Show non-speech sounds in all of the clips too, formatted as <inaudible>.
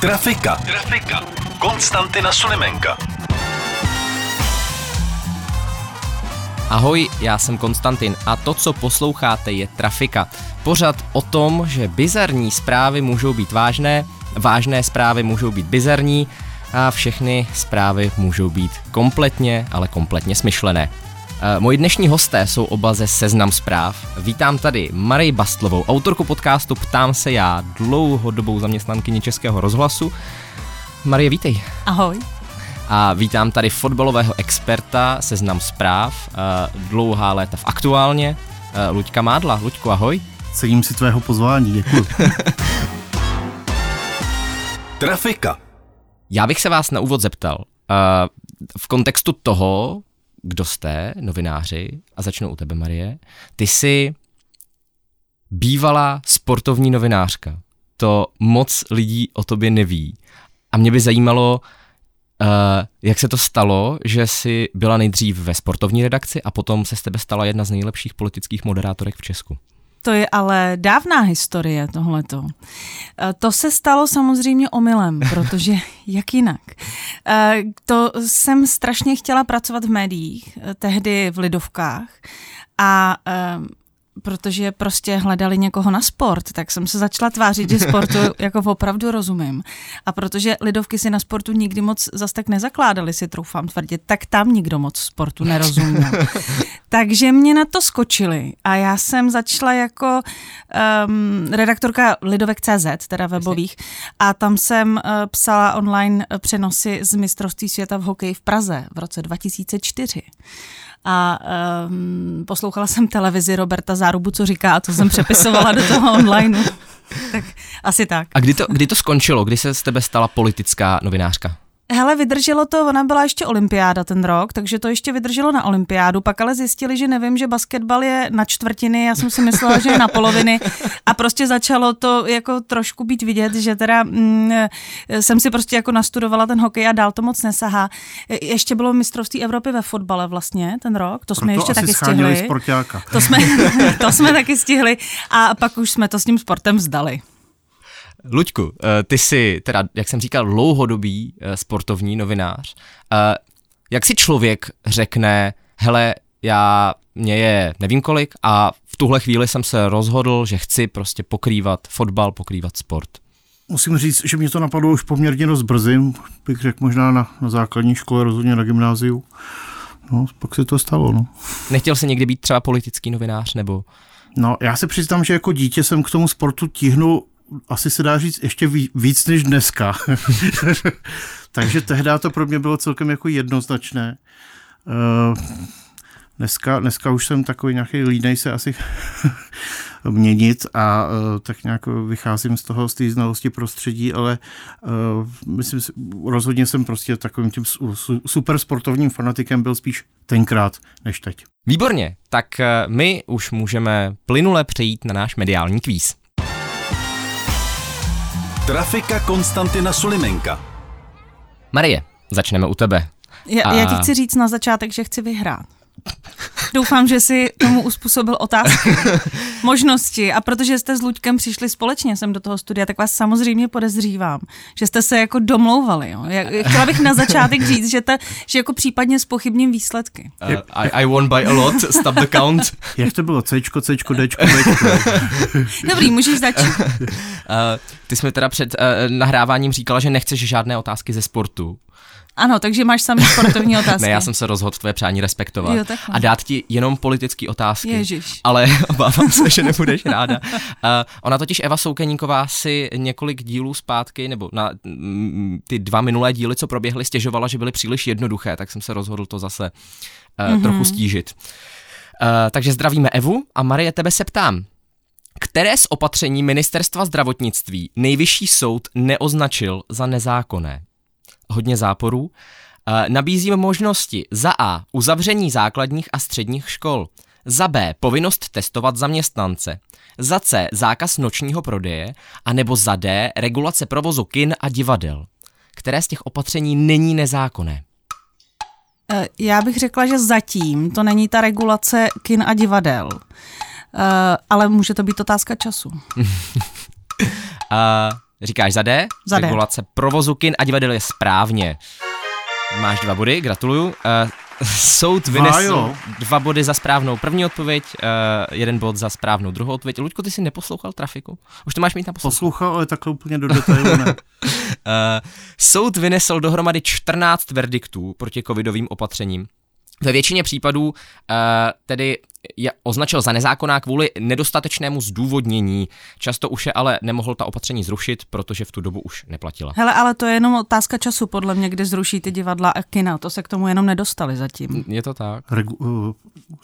Trafika. Trafika. Konstantina Sulimenka. Ahoj, já jsem Konstantin a to, co posloucháte, je Trafika. Pořad o tom, že bizarní zprávy můžou být vážné, vážné zprávy můžou být bizarní a všechny zprávy můžou být kompletně, ale kompletně smyšlené. E, Moji dnešní hosté jsou oba ze Seznam zpráv. Vítám tady Marii Bastlovou, autorku podcastu Ptám se já, dlouhodobou zaměstnankyni Českého rozhlasu. Marie, vítej. Ahoj. A vítám tady fotbalového experta Seznam zpráv, eh, dlouhá léta v aktuálně, eh, Luďka Mádla. Luďku, ahoj. Cením si tvého pozvání, děkuji. Trafika. Já bych se vás na úvod zeptal, eh, v kontextu toho, kdo jste, novináři, a začnu u tebe, Marie, ty jsi bývalá sportovní novinářka. To moc lidí o tobě neví. A mě by zajímalo, eh, jak se to stalo, že jsi byla nejdřív ve sportovní redakci a potom se z tebe stala jedna z nejlepších politických moderátorek v Česku. To je ale dávná historie tohleto. E, To se stalo samozřejmě omylem, protože jak jinak. E, To jsem strašně chtěla pracovat v médiích, e, tehdy v Lidovkách a em, protože prostě hledali někoho na sport, tak jsem se začala tvářit, že sportu jako opravdu rozumím. A protože lidovky si na sportu nikdy moc zas tak nezakládali, si troufám tvrdit, tak tam nikdo moc sportu nerozuměl. Takže mě na to skočili a já jsem začala jako um, redaktorka Lidovek.cz, teda webových, a tam jsem uh, psala online eh, přenosy z mistrovství světa v hokeji v Praze v roce 2004. A um, poslouchala jsem televizi Roberta Zárubu, co říká, a to jsem přepisovala do toho online. tak asi tak. A kdy to, kdy to skončilo? Kdy se z tebe stala politická novinářka? Hele, vydrželo to, ona byla ještě olympiáda ten rok, takže to ještě vydrželo na olympiádu, pak ale zjistili, že nevím, že basketbal je na čtvrtiny, já jsem si myslela, že je na poloviny a prostě začalo to jako trošku být vidět, že teda mm, jsem si prostě jako nastudovala ten hokej a dál to moc nesahá. Ještě bylo mistrovství Evropy ve fotbale vlastně ten rok, to jsme Proto ještě No asi taky scháněli stihli. sportáka. To jsme, <laughs> to jsme taky stihli a pak už jsme to s tím sportem vzdali. Luďku, eh, ty jsi teda, jak jsem říkal, dlouhodobý eh, sportovní novinář. Eh, Jak si člověk řekne, hele, já, mě je nevím kolik a v tuhle chvíli jsem se rozhodl, že chci prostě pokrývat fotbal, pokrývat sport. Musím říct, že mě to napadlo už poměrně dost brzy, bych řekl možná na, na základní škole, rozhodně na gymnáziu. No, pak se to stalo, no. Nechtěl jsi někdy být třeba politický novinář nebo... No, já se přiznám, že jako dítě jsem k tomu sportu tíhnul asi se dá říct ještě ví- víc než dneska. <laughs> Takže tehdy to pro mě bylo celkem jako jednoznačné. Eh, Dneska, dneska už jsem takový nějaký línej se asi <laughs> měnit a eh, tak nějak vycházím z toho, z té znalosti prostředí, ale eh, myslím si, rozhodně jsem prostě takovým tím su- su- supersportovním fanatikem byl spíš tenkrát než teď. Výborně, tak eh, my už můžeme plynule přejít na náš mediální kvíz. Trafika Konstantina Sulimenka. Marie, začneme u tebe. Já, A- a... já ti chci říct na začátek, že chci vyhrát. Doufám, že si tomu uspůsobil <laughs> otázky, možnosti. A protože jste s Luďkem přišli společně sem do toho studia, tak vás samozřejmě podezřívám, že jste se jako domlouvali. Jo? Já, chtěla bych na začátek říct, že, ta, že jako případně spochybním výsledky. Uh, I, I won by a lot, stop the count. Jak to bylo? Cčko, Cčko, Dčko, Dčko. Dobrý, můžeš začít. Uh, ty jsme teda před uh, nahráváním říkala, že nechceš žádné otázky ze sportu. Ano, takže máš samý sportovní otázky. Ne, já jsem se rozhodl tvoje přání respektovat Jo, takhle. a dát ti jenom politické otázky. Ježiš. Ale <laughs> obávám se, že nebudeš ráda. Uh, ona totiž Eva Soukeníková si několik dílů zpátky, nebo na mm, ty dva minulé díly, co proběhly, stěžovala, že byly příliš jednoduché, tak jsem se rozhodl to zase uh, mm-hmm. trochu stížit. Uh, takže zdravíme Evu a Marie, tebe se ptám. Které z opatření ministerstva zdravotnictví nejvyšší soud neoznačil za nezákonné? hodně záporů. Eh, Nabízím možnosti za A. Uzavření základních a středních škol. Za B. Povinnost testovat zaměstnance. Za C. Zákaz nočního prodeje. A nebo za D. Regulace provozu kin a divadel. Které z těch opatření není nezákonné? Eh, Já bych řekla, že zatím to není ta regulace kin a divadel. Eh, Ale může to být otázka času. A říkáš za D? Za D. Regulace provozu kin a divadel je správně. Máš dva body, gratuluju. Uh, <laughs> soud vynesl jo. dva body za správnou první odpověď, uh, jeden bod za správnou druhou odpověď. Luďko, ty jsi neposlouchal trafiku? Už to máš mít na poslouchání. Poslouchal, ale takhle úplně do detailu ne. Uh, soud vynesl dohromady 14 verdiktů proti covidovým opatřením. Ve většině případů uh, tedy je označil za nezákonná kvůli nedostatečnému zdůvodnění. Často už je ale nemohl ta opatření zrušit, protože v tu dobu už neplatila. Hele, ale to je jenom otázka času, podle mě, kdy zruší ty divadla a kina. To se k tomu jenom nedostali zatím. Je to tak. Regu- uh,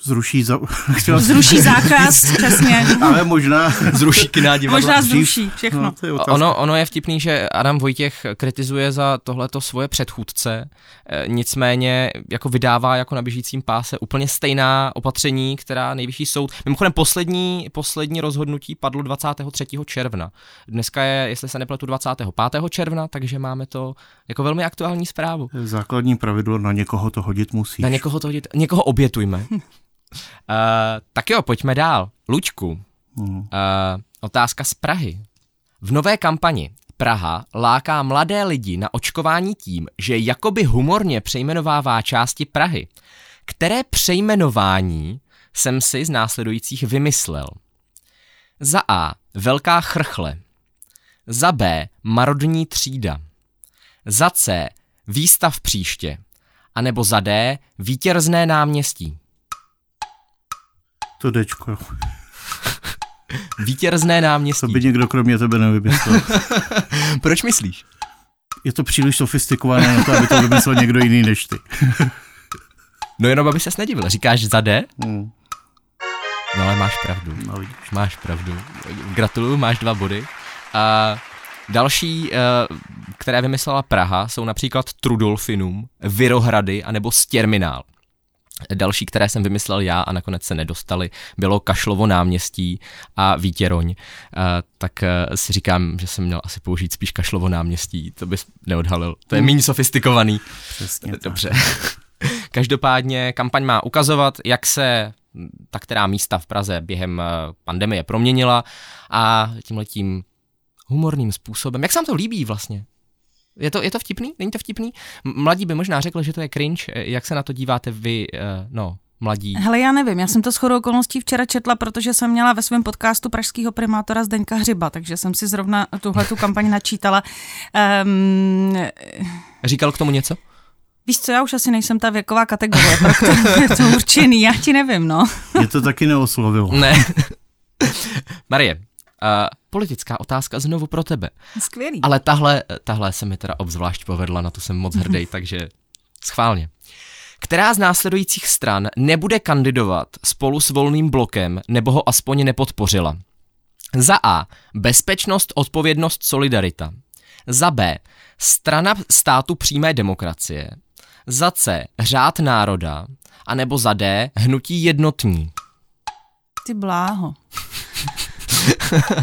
zruší za... <laughs> chtěla jsem- Zruší zákaz, <laughs> přesně. Ale možná... Zruší kina Možná dřív. zruší všechno. No, to je otázka. Ono, ono je vtipný, že Adam Vojtěch kritizuje za tohleto svoje předchůdce, eh, nicméně jako vydává jako na běžícím páse úplně stejná opatření, která nejvyšší soud. Mimochodem poslední, poslední rozhodnutí padlo 23. června. Dneska je, jestli se nepletu, 25. června, takže máme to jako velmi aktuální zprávu. Základní pravidlo, na někoho to hodit musíš. Na někoho to hodit, někoho obětujme. uh, tak jo, pojďme dál. Lučku, Hmm. Uh, otázka z Prahy. V nové kampani Praha láká mladé lidi na očkování tím, že jakoby humorně přejmenovává části Prahy. Které přejmenování jsem si z následujících vymyslel? Za A. Velká chrchle. Za B. Marodní třída. Za C. Výstav příště. A nebo za D. Vítězné náměstí. To dečko. Vítězné To náměstí. by někdo kromě tebe nevymyslel. Proč myslíš? Je to příliš sofistikované na to, aby to vymyslel někdo jiný než ty. No jenom, aby ses nedivil. Říkáš za D? Hmm. No ale máš pravdu. No, vidíš. Máš pravdu. Gratuluju, máš dva body. A další, eh, které vymyslela Praha, jsou například Trudolfinum, Virohrady anebo Stěrminál. Další, které jsem vymyslel já a nakonec se nedostali, bylo Kašlovo náměstí a Vítěroň. Eh, Tak eh, si říkám, že jsem měl asi použít spíš Kašlovo náměstí, to bys neodhalil. To je méně sofistikovaný. Přesně tak. Dobře. <laughs> Každopádně kampaň má ukazovat, jak se ta která místa v Praze během eh, pandemie proměnila a tímhletím humorným způsobem. Jak se vám to líbí vlastně? Je to, je to vtipný? Není to vtipný? M- Mladí by možná řekli, že to je cringe. Eh, Jak se na to díváte vy, eh, no, <laughs> mladí? Hele, já nevím, já jsem to shodou okolností včera četla, protože jsem měla ve svém podcastu pražského primátora Zdeňka Hřiba, takže jsem si zrovna tuhle tu kampaň načítala. Um, Říkal k tomu něco? víš co, já už asi nejsem ta věková kategorie, pro kterou je to určený, já ti nevím, no. Mě to taky neoslovilo. Ne. <laughs> Marie, eh, politická otázka znovu pro tebe. Skvělý. Ale tahle, tahle se mi teda obzvlášť povedla, na to jsem moc hrdý, takže schválně. Která z následujících stran nebude kandidovat spolu s volným blokem, nebo ho aspoň nepodpořila? Za A. Bezpečnost, odpovědnost, solidarita. Za B. Strana státu přímé demokracie. Za C. Řád národa. A nebo za D. Hnutí jednotní. Ty bláho.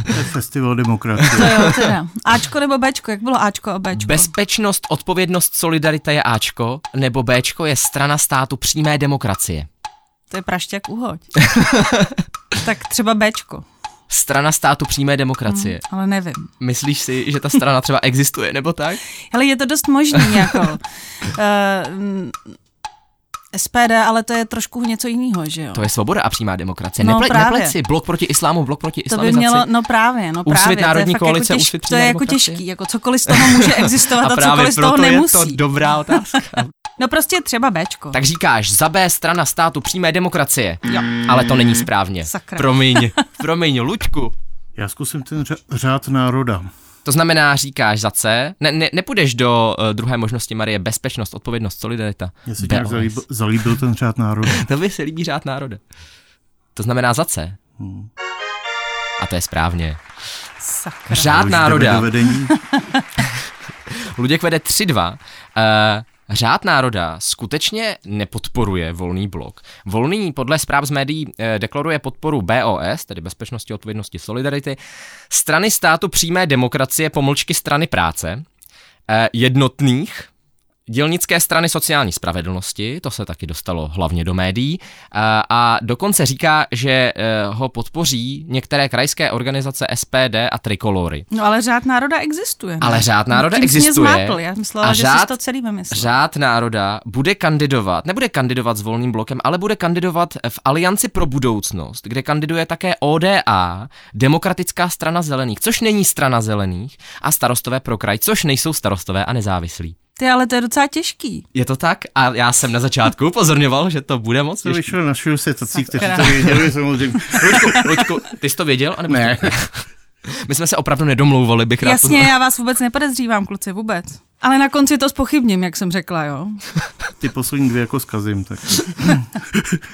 To je festival demokracie. To jo, teda. Ačko nebo Bčko, jak bylo Ačko a Bčko? Bezpečnost, odpovědnost, solidarita je Ačko, nebo Bčko je strana státu přímé demokracie. To je <laughs> prašťák uhoď. tak třeba Bčko, Strana státu přímé demokracie. ale nevím. Myslíš si, že ta strana třeba existuje, nebo tak? Hele, je to dost možný, jako. <laughs> Uh, SPD, ale to je trošku něco jiného, že jo? To je svoboda a přímá demokracie. No, Neple- právě. nepleci, blok proti islámu, blok proti to by islamizaci. mělo, no právě, no Úsvit právě. to je Národní fakt koalice, jako těž- Úsvit To je přímé jako demokracie. těžký, jako cokoliv z <laughs> toho může existovat a a, právě cokoliv z toho proto je to nemusí. dobrá <laughs> otázka. No prostě třeba Bčko. tak říkáš, za B strana státu přímé demokracie. Jo. Ale to není správně. Sakra. <laughs> Promiň, promiň, Luďku. Já zkusím ten řa- řád národa. To znamená, říkáš za C, ne, ne, nepůjdeš do uh, druhé možnosti Marie, bezpečnost, odpovědnost, solidarita. Mně se nějak BOS. zalíbil, zalíbil ten řád národa. To by se líbí řád národa. To znamená za C. Hmm. A to je správně. Sakra. Řád Už jdeme národa. Do vedení. Luděk vede 3-2. Eh, Řád národa skutečně nepodporuje volný blok. Volný podle zpráv z médií eh, deklaruje podporu BOS, tedy Bezpečnosti, odpovědnosti, solidarity, strany státu přímé demokracie, pomlčky strany práce, eh, jednotných, Dělnické strany sociální spravedlnosti, to se taky dostalo hlavně do médií, a, a dokonce říká, že eh, ho podpoří některé krajské organizace SPD a Trikolory. No ale řád národa existuje. ne? Ale řád národa Tím jsi mě existuje. Zmátl. Já myslela, A že řád- jsi to celý vymyslel. Řád národa bude kandidovat, nebude kandidovat s volným blokem, ale bude kandidovat v Alianci pro budoucnost, kde kandiduje také ODA, Demokratická strana zelených, což není strana zelených, a starostové pro kraj, což nejsou starostové a nezávislí. Ty, ale to je docela těžký. Je to tak? A já jsem na <laughs> začátku upozorňoval, že to bude moc To těžký. vyšlo na se tací, kteří teda. to věděli samozřejmě. Luďku, Luďku, ty jsi to věděl? Anebo Ne. <laughs> My jsme se opravdu nedomlouvali, bych rád Jasně, já vás vůbec nepodezřívám, kluci, vůbec. Ale na konci to spochybním, jak jsem řekla, jo. Ty poslední dvě jako zkazím. Tak.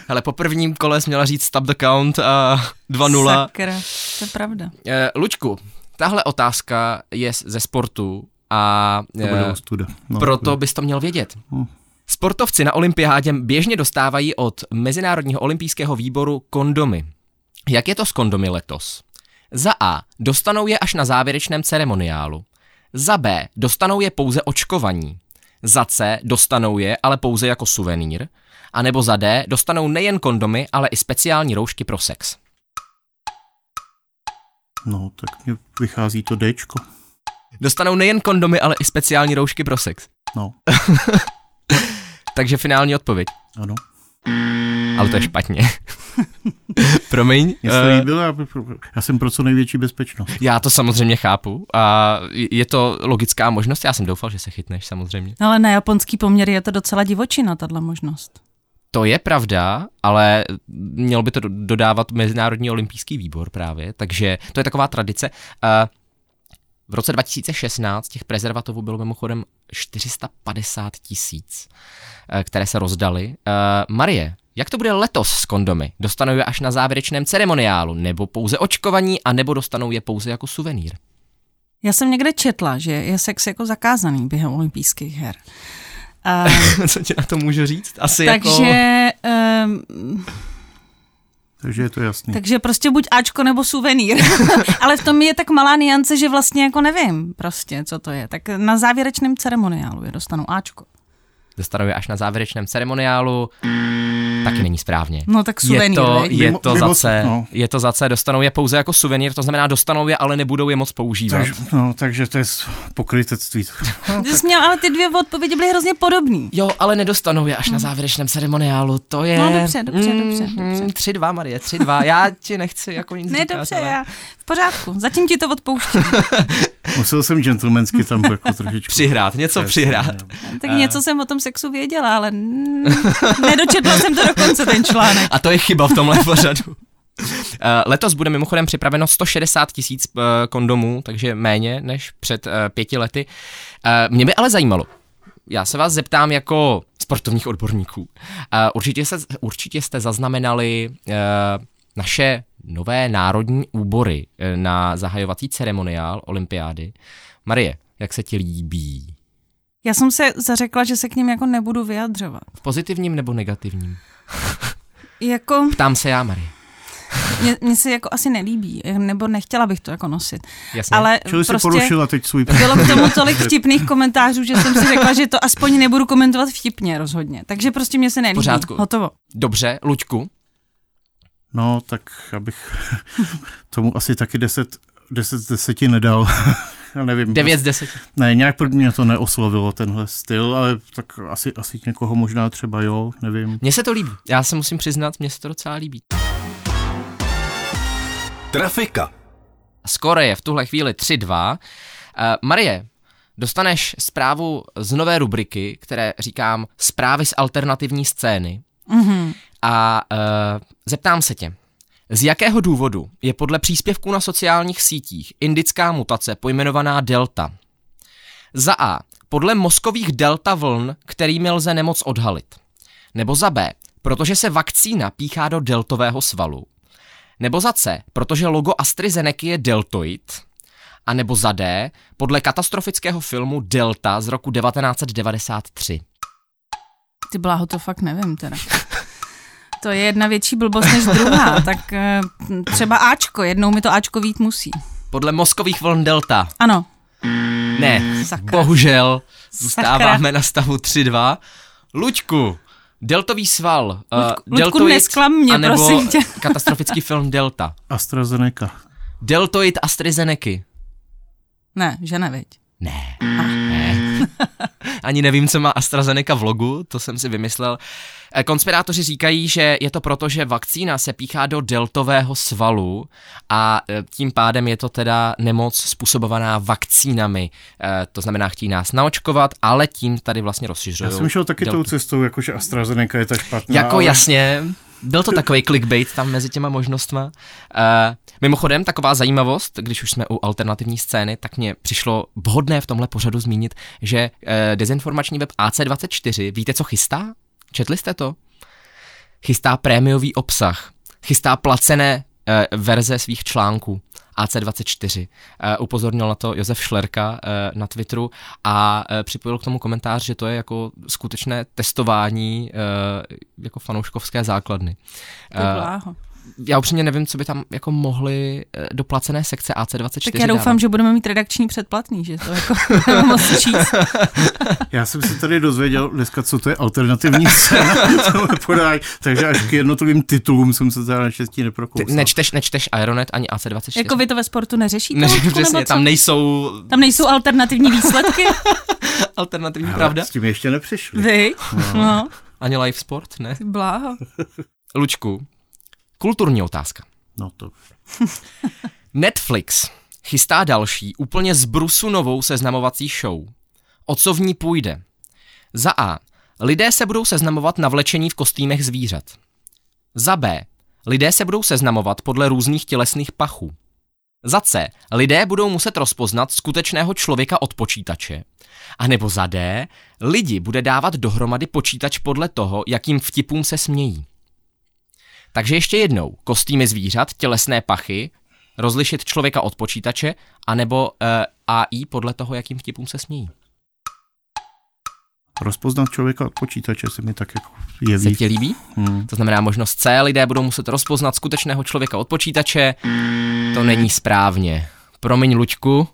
Ale po prvním kole jsi měla říct stop the count a 2-0. Sakra, to je pravda. Eh, Lučku, tahle otázka je z- ze sportu a To bude eh, ostuda. No, proto bys to měl vědět. Hm. Sportovci na olympiádě běžně dostávají od Mezinárodního olympijského výboru kondomy. Jak je to s kondomy letos? Za A. Dostanou je až na závěrečném ceremoniálu. Za B. Dostanou je pouze očkovaní. Za C. Dostanou je, ale pouze jako suvenýr. A nebo za D. Dostanou nejen kondomy, ale i speciální roušky pro sex. No, tak mě vychází to Dčko. Dostanou nejen kondomy, ale i speciální roušky pro sex. No, Takže finální odpověď. ano. Ale to je špatně. Promiň. Mně eh, se líbilo, já, já jsem pro co největší bezpečnost. Já to samozřejmě chápu a je to logická možnost. Já jsem doufal, že se chytneš samozřejmě. No, Ale na japonský poměr je to docela divočina, tahle možnost. To je pravda, ale měl by to do- dodávat Mezinárodní olympijský výbor právě, takže to je taková tradice. A V roce 2016 těch prezervativů bylo mimochodem 450 tisíc, eh, které se rozdaly. Eh, Marie, jak to bude letos s kondomy? Dostanou je až na závěrečném ceremoniálu, nebo pouze očkovaní, a nebo dostanou je pouze jako suvenýr? Já jsem někde četla, že je sex jako zakázaný během olympijských her. A, <laughs> Co ti na to můžu říct? Asi jako- takže, um, Takže je to jasný. Tak... takže prostě buď Ačko nebo suvenýr. <laughs> Ale v tom je tak malá niance, že vlastně jako nevím prostě, co to je. Tak na závěrečném ceremoniálu je dostanou Ačko. Dostanou je až na závěrečném ceremoniálu. Taky není správně. No tak Je suvenýr, to, viď? je Mimo- to mimo- za C, no. je to za C, dostanou je pouze jako suvenýr, to znamená dostanou je, ale nebudou je moc používat. Takže, no, takže to je s- pokrytectví. Ty jsi měl, ale ty dvě odpovědi byly hrozně podobný. Jo, ale nedostanou je až na závěrečném ceremoniálu, to je... Mm-hmm, No, dobře, dobře, dobře, dobře. Tři dva, Marie, tři dva, já ti nechci jako nic Ne, říkat, dobře, ale... já v pořádku, zatím ti to <laughs> odpouštím. Musel jsem gentlemansky tam jako trošičku. Přihrát, něco no. přihrát. Tak něco jsem o tom sexu věděla, ale mm, nedočetla jsem to dokonce ten článek. A to je chyba v tomhle pořadu. Eh, Letos bude mimochodem připraveno 160 tisíc eh, kondomů, takže méně než před eh, pěti lety. Eh, Mě by ale zajímalo, já se vás zeptám jako sportovních odborníků. Eh, Určitě, se, určitě jste zaznamenali eh, naše nové národní úbory eh, na zahajovací ceremoniál olympiády. Marie, jak se ti líbí? Já jsem se zařekla, že se k ním jako nebudu vyjadřovat. V pozitivním nebo negativním? Jako, Ptám se já, Marie. mě, mě se jako asi nelíbí, nebo nechtěla bych to jako nosit. Jasně. Ale Čili si prostě porušila teď svůj... bylo k tomu tolik vtipných komentářů, že jsem si řekla, že to aspoň nebudu komentovat vtipně rozhodně. Takže prostě mě se nelíbí. Pořádku. Hotovo. Dobře, Luďku, <laughs> No, tak abych <laughs> tomu asi taky 10, 10 z 10 nedal. <laughs> Já nevím. 9 z 10. Ne, nějak pro mě to neoslovilo tenhle styl, ale tak asi, asi někoho možná třeba jo, nevím. Mně se to líbí. Já se musím přiznat, mně se to docela líbí. Trafika. Skoro je v tuhle chvíli 3-2. Eh, Marie, dostaneš zprávu z nové rubriky, které říkám zprávy z alternativní scény. Mhm. A uh, zeptám se tě, z jakého důvodu je podle příspěvků na sociálních sítích indická mutace pojmenovaná delta? Za A. Podle mozkových delta vln, kterými lze nemoc odhalit. Nebo za B. Protože se vakcína píchá do deltového svalu. Nebo za C. Protože logo AstraZeneca je deltoid. anebo za D, podle katastrofického filmu Delta z roku 1993. Ty bláho, to fakt nevím teda. To je jedna větší blbost než druhá, tak eh, třeba Ačko, jednou mi to Ačko vít musí. Podle mozkových vln Delta. Ano, Ne, Mm. sakra. bohužel, zůstáváme na stavu 3-2. Luďku, deltový sval. eh, Luďku- Luďku, deltoid nesklam mě, anebo prosím tě. katastrofický film <laughs> Delta. AstraZeneca. Deltoid AstraZeneca. Ne, že neviď. Ne. ne. Ani nevím, co má AstraZeneca v logu, to jsem si vymyslel. Eh, Konspirátoři říkají, že je to proto, že vakcína se píchá do deltového svalu a eh, tím pádem je to teda nemoc způsobovaná vakcínami. Eh, To znamená, chtějí nás naočkovat, ale tím tady vlastně rozšiřují. Já jsem šel taky tou cestou, jakože AstraZeneca je ta špatná. Jako No, ale- jasně, byl to takový clickbait tam mezi těma možnostma. Uh, mimochodem, taková zajímavost, když už jsme u alternativní scény, tak mě přišlo vhodné v tomhle pořadu zmínit, že uh, dezinformační web AC24, víte, co chystá? Četli jste to? Chystá prémiový obsah, chystá placené eh, verze svých článků. AC24. Eh, upozornil na to Josef Šlerka eh, na Twitteru a eh, připojil k tomu komentář, že to je jako skutečné testování eh, jako fanouškovské základny. Eh, To je bláho. Já upřímně nevím, co by tam jako mohly eh, do placené sekce AC24 Tak já doufám, dávat. že budeme mít redakční předplatný, že to jako <laughs> <laughs> moc číst. Já jsem se tady dozvěděl dneska, co to je alternativní <laughs> scéna, tohle podání, takže až k jednotlivým titulům jsem se teda naštěstí Ty neprokousal. nečteš, nečteš Ironet ani AC24. Jako vy to ve sportu neřešíte? Ne, Luďku, nebo přesně, co? tam nejsou tam nejsou <laughs> alternativní výsledky? alternativní Ale pravda. S tím ještě nepřišli. Vy? No, Ani live sport, ne? ty bláho. Lučku, kulturní otázka. No to. Netflix chystá další, úplně z brusu novou seznamovací show. O co v ní půjde? Za A. Lidé se budou seznamovat na vlečení v kostýmech zvířat. Za B. Lidé se budou seznamovat podle různých tělesných pachů. Za C. Lidé budou muset rozpoznat skutečného člověka od počítače. A nebo za D. Lidi bude dávat dohromady počítač podle toho, jakým vtipům se smějí. Takže ještě jednou. Kostýmy zvířat, tělesné pachy, rozlišit člověka od počítače, anebo uh, AI podle toho, jakým vtipům se smějí. Rozpoznat člověka od počítače se mi tak jako Se jeví. ti líbí? Hmm. To znamená možnost C, lidé budou muset rozpoznat skutečného člověka od počítače. To není správně. Promiň, Luďku.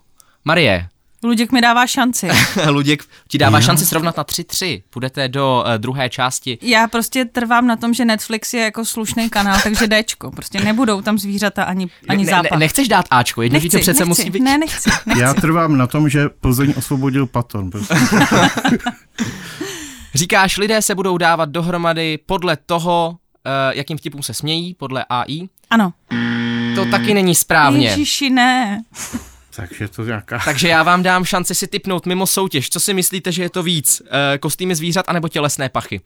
Marie, <laughs> Luděk mi dává šanci. Luděk ti dává šanci srovnat na 3-3. Půjdete do uh, druhé části. Já prostě trvám na tom, že Netflix je jako slušný kanál, takže Dčko. Prostě nebudou tam zvířata ani, ani ne, ne, zápach. nechceš dát Ačko, jedno dítě přece nechci. musí být. Ne, nechci, nechci. Já trvám na tom, že Plzeň osvobodil Paton. Prostě. Říkáš, lidé se budou dávat dohromady podle toho, uh, jakým vtipům se smějí, podle AI. Ano. To taky není správně. Ježiši, ne. <laughs> Takže to nějaká... Takže já vám dám šanci si typnout mimo soutěž. Co si myslíte, že je to víc? E, kostýmy zvířat anebo tělesné pachy?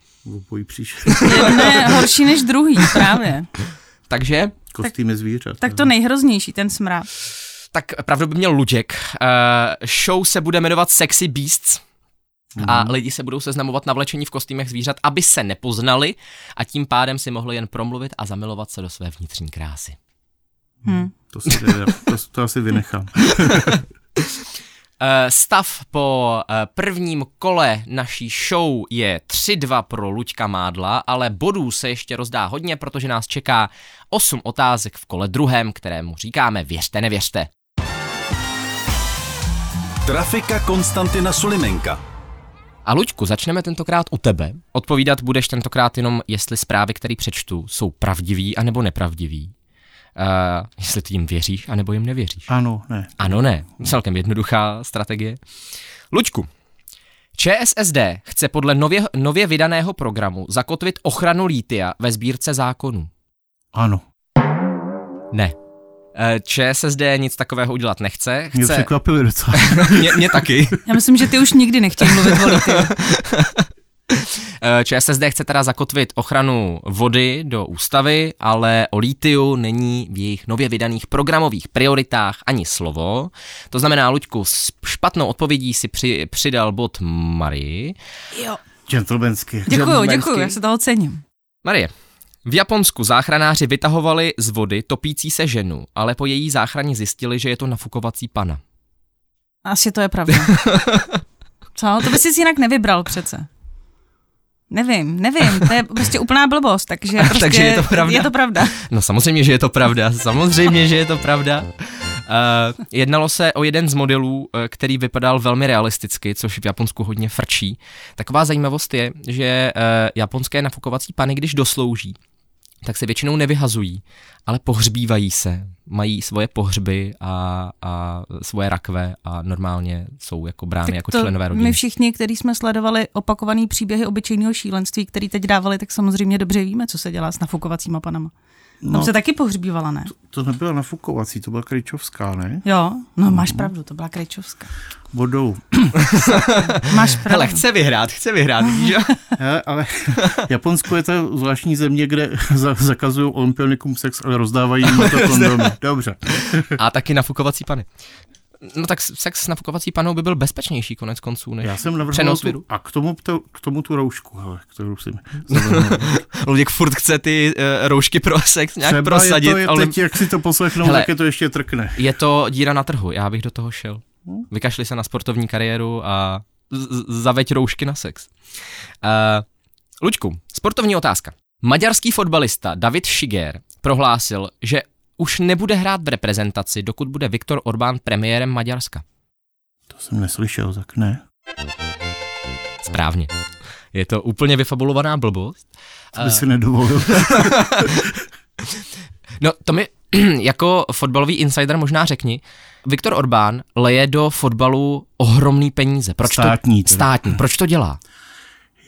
<laughs> Obojí příště. Jedno je horší než druhý, právě. Takže, Kostýmy zvířat. no. Tak to nejhroznější, ten smrad. tak pravdu by měl Luděk. E, show se bude jmenovat Sexy Beasts a lidi se budou seznamovat na vlečení v kostýmech zvířat, aby se nepoznali a tím pádem si mohli jen promluvit a zamilovat se do své vnitřní krásy. Hm. To, si, jde- to, to asi vynechám. E, Stav po e, prvním kole naší show je 3-2 pro Luďka Mádla, ale bodů se ještě rozdá hodně, protože nás čeká 8 otázek v kole druhém, kterému říkáme věřte, nevěřte. Trafika Konstantina Sulimenka. A Luďku, začneme tentokrát u tebe. Odpovídat budeš tentokrát jenom, jestli zprávy, které přečtu, jsou pravdivý anebo nepravdivý. Uh, jestli ty jim věříš, anebo jim nevěříš. Ano, ne. Ano, ne. Celkem jednoduchá strategie. Lučku, ČSSD chce podle nově, nově vydaného programu zakotvit ochranu lítia ve sbírce zákonů. Ano. Ne. Eh, ČSSD nic takového udělat nechce. Mě Chce, překvapili docela. <laughs> <laughs> mě, mě taky. Já myslím, že ty už nikdy nechtěl mluvit <laughs> o lithiu. Eh, ČSSD chce teda zakotvit ochranu vody do ústavy, ale o lítiu není v jejich nově vydaných programových prioritách ani slovo. To znamená, Luďku, s špatnou odpovědí si při, přidal bod Marii. Jo. Gentlemansky. Děkuju, Gentlemanský. děkuju, já se toho cením. Marie, v Japonsku záchranáři vytahovali z vody topící se ženu, ale po její záchraně zjistili, že je to nafukovací pana. Asi to <laughs> je pravda. Co? To bys si jinak nevybral přece. Nevím, nevím, to je prostě úplná blbost, takže, <laughs> prostě Takže je to pravda? Je to pravda. No samozřejmě, že je to pravda, samozřejmě, že je to pravda. Uh, jednalo se o jeden z modelů, eh, který vypadal velmi realisticky, což v Japonsku hodně frčí. Taková zajímavost je, že uh, japonské nafukovací pany, když doslouží, tak se většinou nevyhazují, ale pohřbívají se, mají svoje pohřby a, a svoje rakve a normálně jsou jako brány jako to členové rodiny. My všichni, kteří jsme sledovali opakovaný příběhy obyčejného šílenství, který teď dávali, tak samozřejmě dobře víme, co se dělá s nafukovacíma panama. Tam No. se taky pohřbívala, ne? To nebyla nafukovací, to byla kryčovská, ne? Jo, no máš pravdu, to byla Krejčovská. Vodou. Máš pravdu. Hele, chce vyhrát, chce vyhrát, víš, jo? Hele, ale <laughs> Japonsko je ta zvláštní země, kde <laughs> za, zakazují olympionikům sex, ale rozdávají <laughs> jim na to kondomy. Dobře. A taky nafukovací pany. No tak sex s nafukovací panou by byl bezpečnější konec konců, než Já jsem navrhl přenos tu, viru. a k tomu, to, k tomu tu roušku, hele, kterou jsem zavrhnul. Luděk furt chce ty uh, roušky pro <laughs> sex nějak Třeba prosadit, je to, je ale teď, jak si to poslechnou, Hele. tak je to ještě trkne. je to díra na trhu, já bych do toho šel. Vykašli se na sportovní kariéru a z- z- zaveď roušky na sex. Uh, Luďku, sportovní otázka. Maďarský fotbalista David Šiger prohlásil, že už nebude hrát v reprezentaci, dokud bude Viktor Orbán premiérem Maďarska. To jsem neslyšel, tak ne. Správně. Je to úplně vyfabulovaná blbost. To Eh. by si nedovolil. No to mi <clears throat> jako fotbalový insider možná řekni. Viktor Orbán leje do fotbalu ohromný peníze. Proč Státní to, teda. státní. Proč to dělá?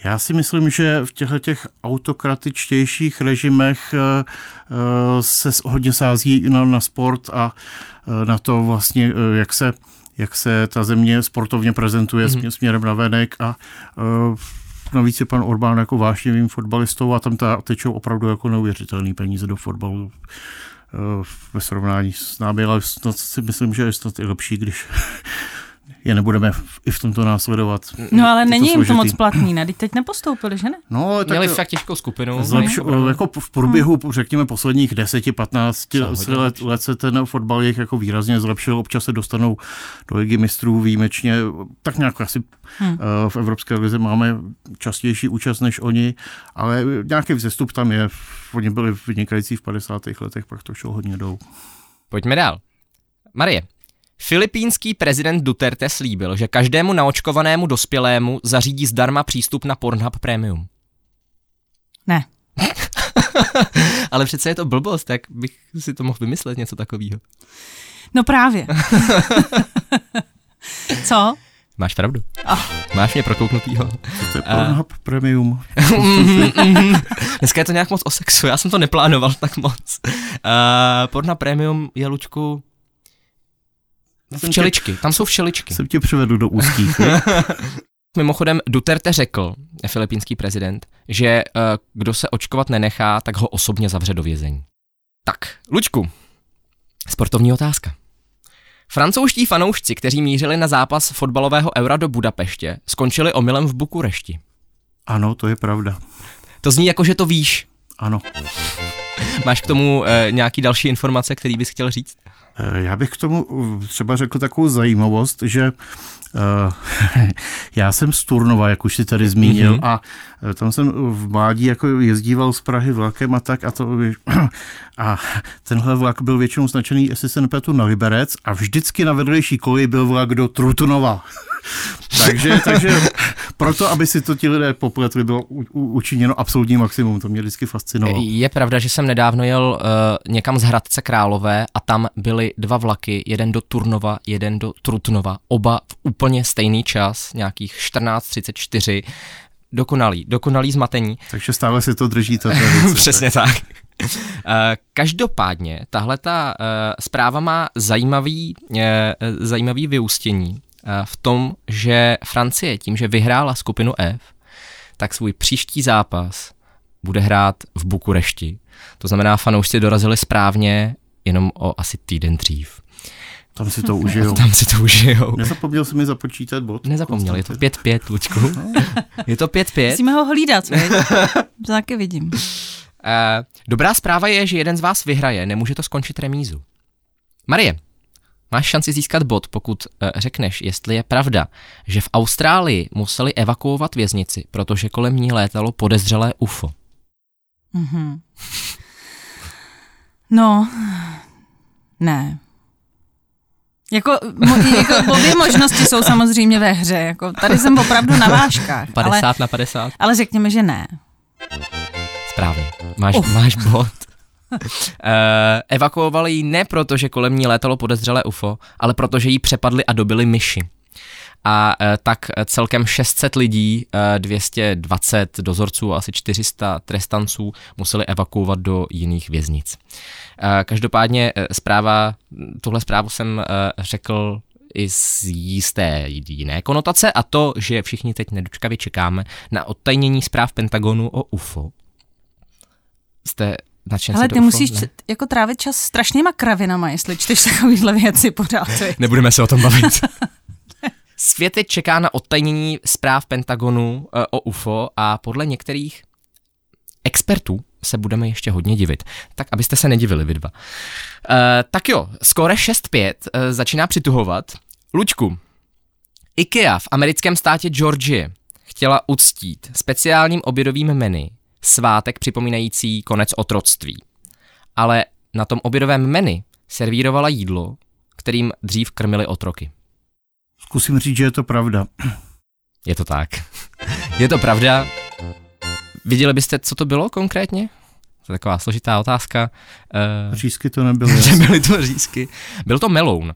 Já si myslím, že v těchto těch autokratičtějších režimech eh, eh, se s- hodně sází i na, na sport a eh, na to vlastně, eh, jak se, jak se ta země sportovně prezentuje Mhm. mm-hmm. směrem na venek a eh, navíc je pan Orbán jako vášnivým fotbalistou a tam ta tečou opravdu jako neuvěřitelné peníze do fotbalu eh, ve srovnání s námi, ale snad si myslím, že je snad i lepší, když <laughs> je nebudeme v- i v tomto následovat. No ale to není jim to složitý. moc platný, ne? Teď- Teď nepostoupili, že ne? No, ale tak Měli to- fakt no, těžkou skupinu. Zlepš, jako v průběhu, řekněme, posledních 10-15 hodně let, let se ten fotbal jejich jako výrazně zlepšil. Občas se dostanou do ligy mistrů výjimečně. Tak nějak asi hmm. v Evropské lize máme častější účast než oni, ale nějaký vzestup tam je. Oni byli vynikající v 50. letech, pak to šlo hodně dolů. Pojďme dál. Marie. Filipínský prezident Duterte slíbil, že každému naočkovanému dospělému zařídí zdarma přístup na Pornhub Premium. Ne. Ale přece je to blbost, tak bych si to mohl vymyslet něco takového. No právě. <laughs> Co? Máš pravdu. Máš mě prokouknutýho. To Eh. je Pornhub Premium. Dneska je to nějak moc o sexu, já jsem to neplánoval tak moc. Uh, Porna Premium je, Lučku, Jsem včeličky, tam jsou včeličky. Jsem tě přivedu <laughs> do úzkých. ne? Mimochodem Duterte řekl, filipínský prezident, že uh, kdo se očkovat nenechá, tak ho osobně zavře do vězení. Tak, Lučku, sportovní otázka. Francouzští fanoušci, kteří mířili na zápas fotbalového Eura do Budapeště, skončili omylem v Bukurešti. ano, to je pravda. To zní jako, že to víš. Ano. Máš k tomu eh, nějaký další informace, který bys chtěl říct? Eh, Já bych k tomu uh, třeba řekl takovou zajímavost, že eh, <laughs> já jsem z Turnova, jak už si tady zmínil, Mhm. mm-hmm. a eh, tam jsem v mládí jako jezdíval z Prahy vlakem a tak a to <clears throat> a tenhle vlak byl většinou značený, jestli se nepletu, na Liberec a vždycky na vedlejší koleji byl vlak do Trutnova. <laughs> takže, takže proto, aby si to ti lidé popletli, bylo u, u, učiněno absolutní maximum, to mě vždycky fascinovalo. Je pravda, že jsem nedávno jel uh, někam z Hradce Králové a tam byly dva vlaky, jeden do Turnova, jeden do Trutnova, oba v úplně stejný čas, nějakých 14.34. Dokonalý, dokonalý zmatení. Takže stále si to drží ta <laughs> tradice. Přesně tak. Eh, Každopádně tahle ta zpráva má zajímavý, eh, zajímavý vyústění eh, v tom, že Francie tím, že vyhrála skupinu F, tak svůj příští zápas bude hrát v Bukurešti. To znamená, fanoušci dorazili správně jenom o asi týden dřív. Tam si to užijou. Tam si to užijou. Nezapomněl jsem mi započítat bod. Nezapomněl, je to Konstantin. 5-5, Lučku. Je to 5-5. Musíme ho hlídat, viď? To taky vidím. Eh, dobrá zpráva je, že jeden z vás vyhraje, nemůže to skončit remízu. Marie, Máš šanci získat bod, pokud eh, řekneš, jestli je pravda, že v Austrálii museli evakuovat věznici, protože kolem ní létalo podezřelé UFO. Mhm. No, ne. Jako, mo, jako obě možnosti jsou samozřejmě ve hře. Jako, tady jsem opravdu na váškách. 50 Ale, na 50? ale řekněme, že ne. Správně. Máš, máš bod. Eh, evakuovali ji ne proto, že kolem ní létalo podezřelé UFO, ale protože ji přepadli a dobili myši. A eh, tak celkem 600 lidí, eh, 220 dozorců a asi 400 trestanců museli evakuovat do jiných věznic. Eh, Každopádně eh, zpráva, tuhle zprávu jsem eh, řekl i z jisté jiné konotace a to, že všichni teď nedočkavě čekáme na odtajnění zpráv Pentagonu o UFO. Jste nadšenci Ale do ty UFO? musíš Ne? čet, jako trávit čas strašnýma kravinama, jestli čteš takovýhle věci pořád. Ty. Nebudeme se o tom bavit. Svět teď čeká na odtajnění zpráv Pentagonu e, o UFO a podle některých expertů se budeme ještě hodně divit. Tak, abyste se nedivili vy dva. E, tak jo, skóre 6-5 e, začíná přituhovat. Luďku, IKEA v americkém státě Georgie chtěla uctít speciálním obědovým menu svátek připomínající konec otroctví ale na tom obědovém menu servírovala jídlo, kterým dřív krmili otroky. Zkusím říct, že je to pravda. Je to tak. <laughs> Je to pravda. Viděli byste, co to bylo konkrétně? To je taková složitá otázka. Eh, Řízky to nebylo. <laughs> že byly to řízky. Byl to meloun. Uh,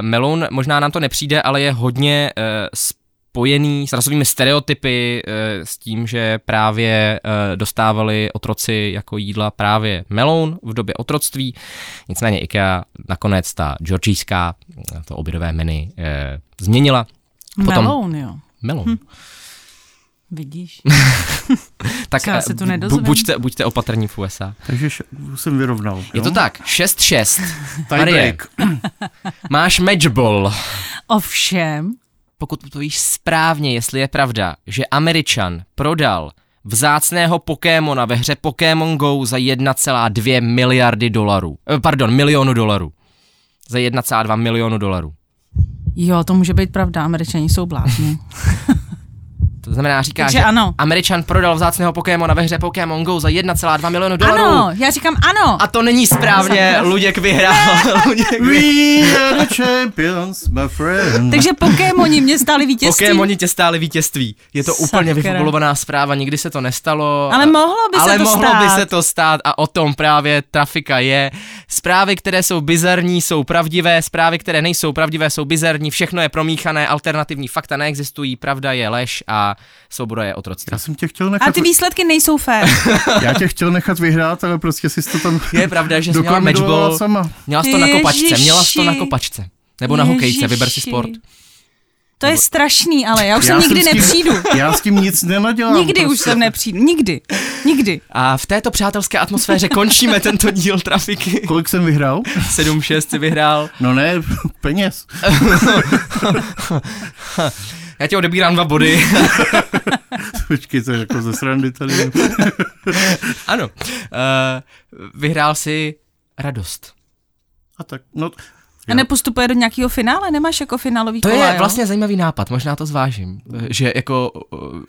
meloun možná nám to nepřijde, ale je hodně uh, spojený s rasovými stereotypy, uh, s tím, že právě uh, dostávali otroci jako jídla právě meloun v době otroctví. Nicméně IKEA nakonec ta georgijská, eh, to obědové menu, uh, změnila. Potom- Meloun, jo. Meloun. Vidíš? <laughs> Tak Co já eh, se tu bu- nedozvím? buďte, buďte opatrní v USA. Takže š- jsem vyrovnal. Jo? Je to tak, 6-6. Tie Marie. break. Máš matchball. Ovšem, pokud to víš správně, jestli je pravda, že Američan prodal vzácného Pokémona ve hře Pokémon Go za 1,2 miliardy dolarů. Eh, Pardon, milionu dolarů. Za 1,2 milionu dolarů. jo, to může být pravda, američani <laughs> jsou blázni. To znamená, říká, Takže že ano. Američan prodal vzácného Pokémona ve hře Pokémon Go za 1,2 milionu dolarů. Ano, já říkám ano. A to není správně, Luděk vyhrál. <laughs> Luděk vyhrál. We are the champions, my friend. Takže Pokémoni mě stáli vítězství. Pokémoni tě stáli vítězství. Je to úplně Sakra. vyfabulovaná zpráva, nikdy se to nestalo. Ale mohlo by se Ale to mohlo stát. by se to stát a o tom právě trafika je. Zprávy, které jsou bizarní, jsou pravdivé, zprávy, které nejsou pravdivé, jsou bizarní, všechno je promíchané, alternativní fakta neexistují, pravda je lež a svoboda je otroctví. Já jsem tě chtěl nechat, A ty výsledky nejsou fér. já tě chtěl nechat vyhrát, ale prostě si to tam Je pravda, že jsi měla dokomendovala matchball, sama. měla jsi to na kopačce, Ježiši. měla jsi to na kopačce. <laughs> Nebo na hokejce, vyber si sport. To je strašný, ale já už jsem nikdy s tím, <laughs> nepřijdu. Já s tím nic nenadělám. No, Nikdy prostě. už jsem nepřijdu. Nikdy. Nikdy. A v této přátelské atmosféře končíme tento díl trafiky. Kolik jsem vyhrál? 7-6 si vyhrál. No ne, <laughs> peněz. Já tě odebírám dva body. <laughs> Počkej, to je jako ze srandy tady. ano. Uh, vyhrál si radost. A tak, no, A Jo. nepostupuje do nějakého finále? Nemáš jako finálový To kola, je jo? vlastně zajímavý nápad, možná to zvážím, že jako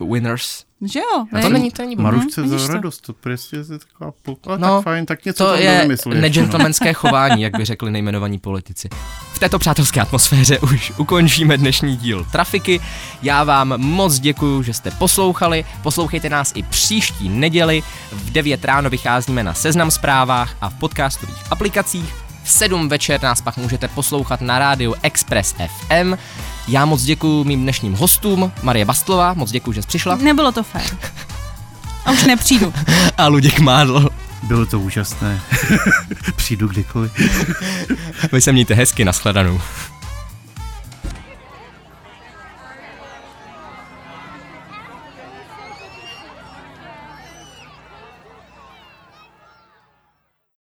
uh, winners. Že jo? No to ne? není, to není blbý. Marušce vidíš za to. radost, to prostě je taková pokla, No, no, tak fajn, tak něco To tam je nevymyslí ještě, no. negentlemanské chování, jak by řekli nejmenovaní politici. V této přátelské atmosféře už ukončíme dnešní díl Trafiky. Já vám moc děkuji, že jste poslouchali. Poslouchejte nás i příští neděli. V 9 ráno vycházíme na Seznam zprávách a v podcastových aplikacích. V 7 večer nás pak můžete poslouchat na rádiu Express FM. Já moc děkuji mým dnešním hostům, Marie Bastlová, moc děkuji, že jsi přišla, Nebylo to fér. A už nepřijdu. a Luděk Mádl. Bylo to úžasné. <laughs> Přijdu kdykoliv. Vy se mějte hezky, nashledanou.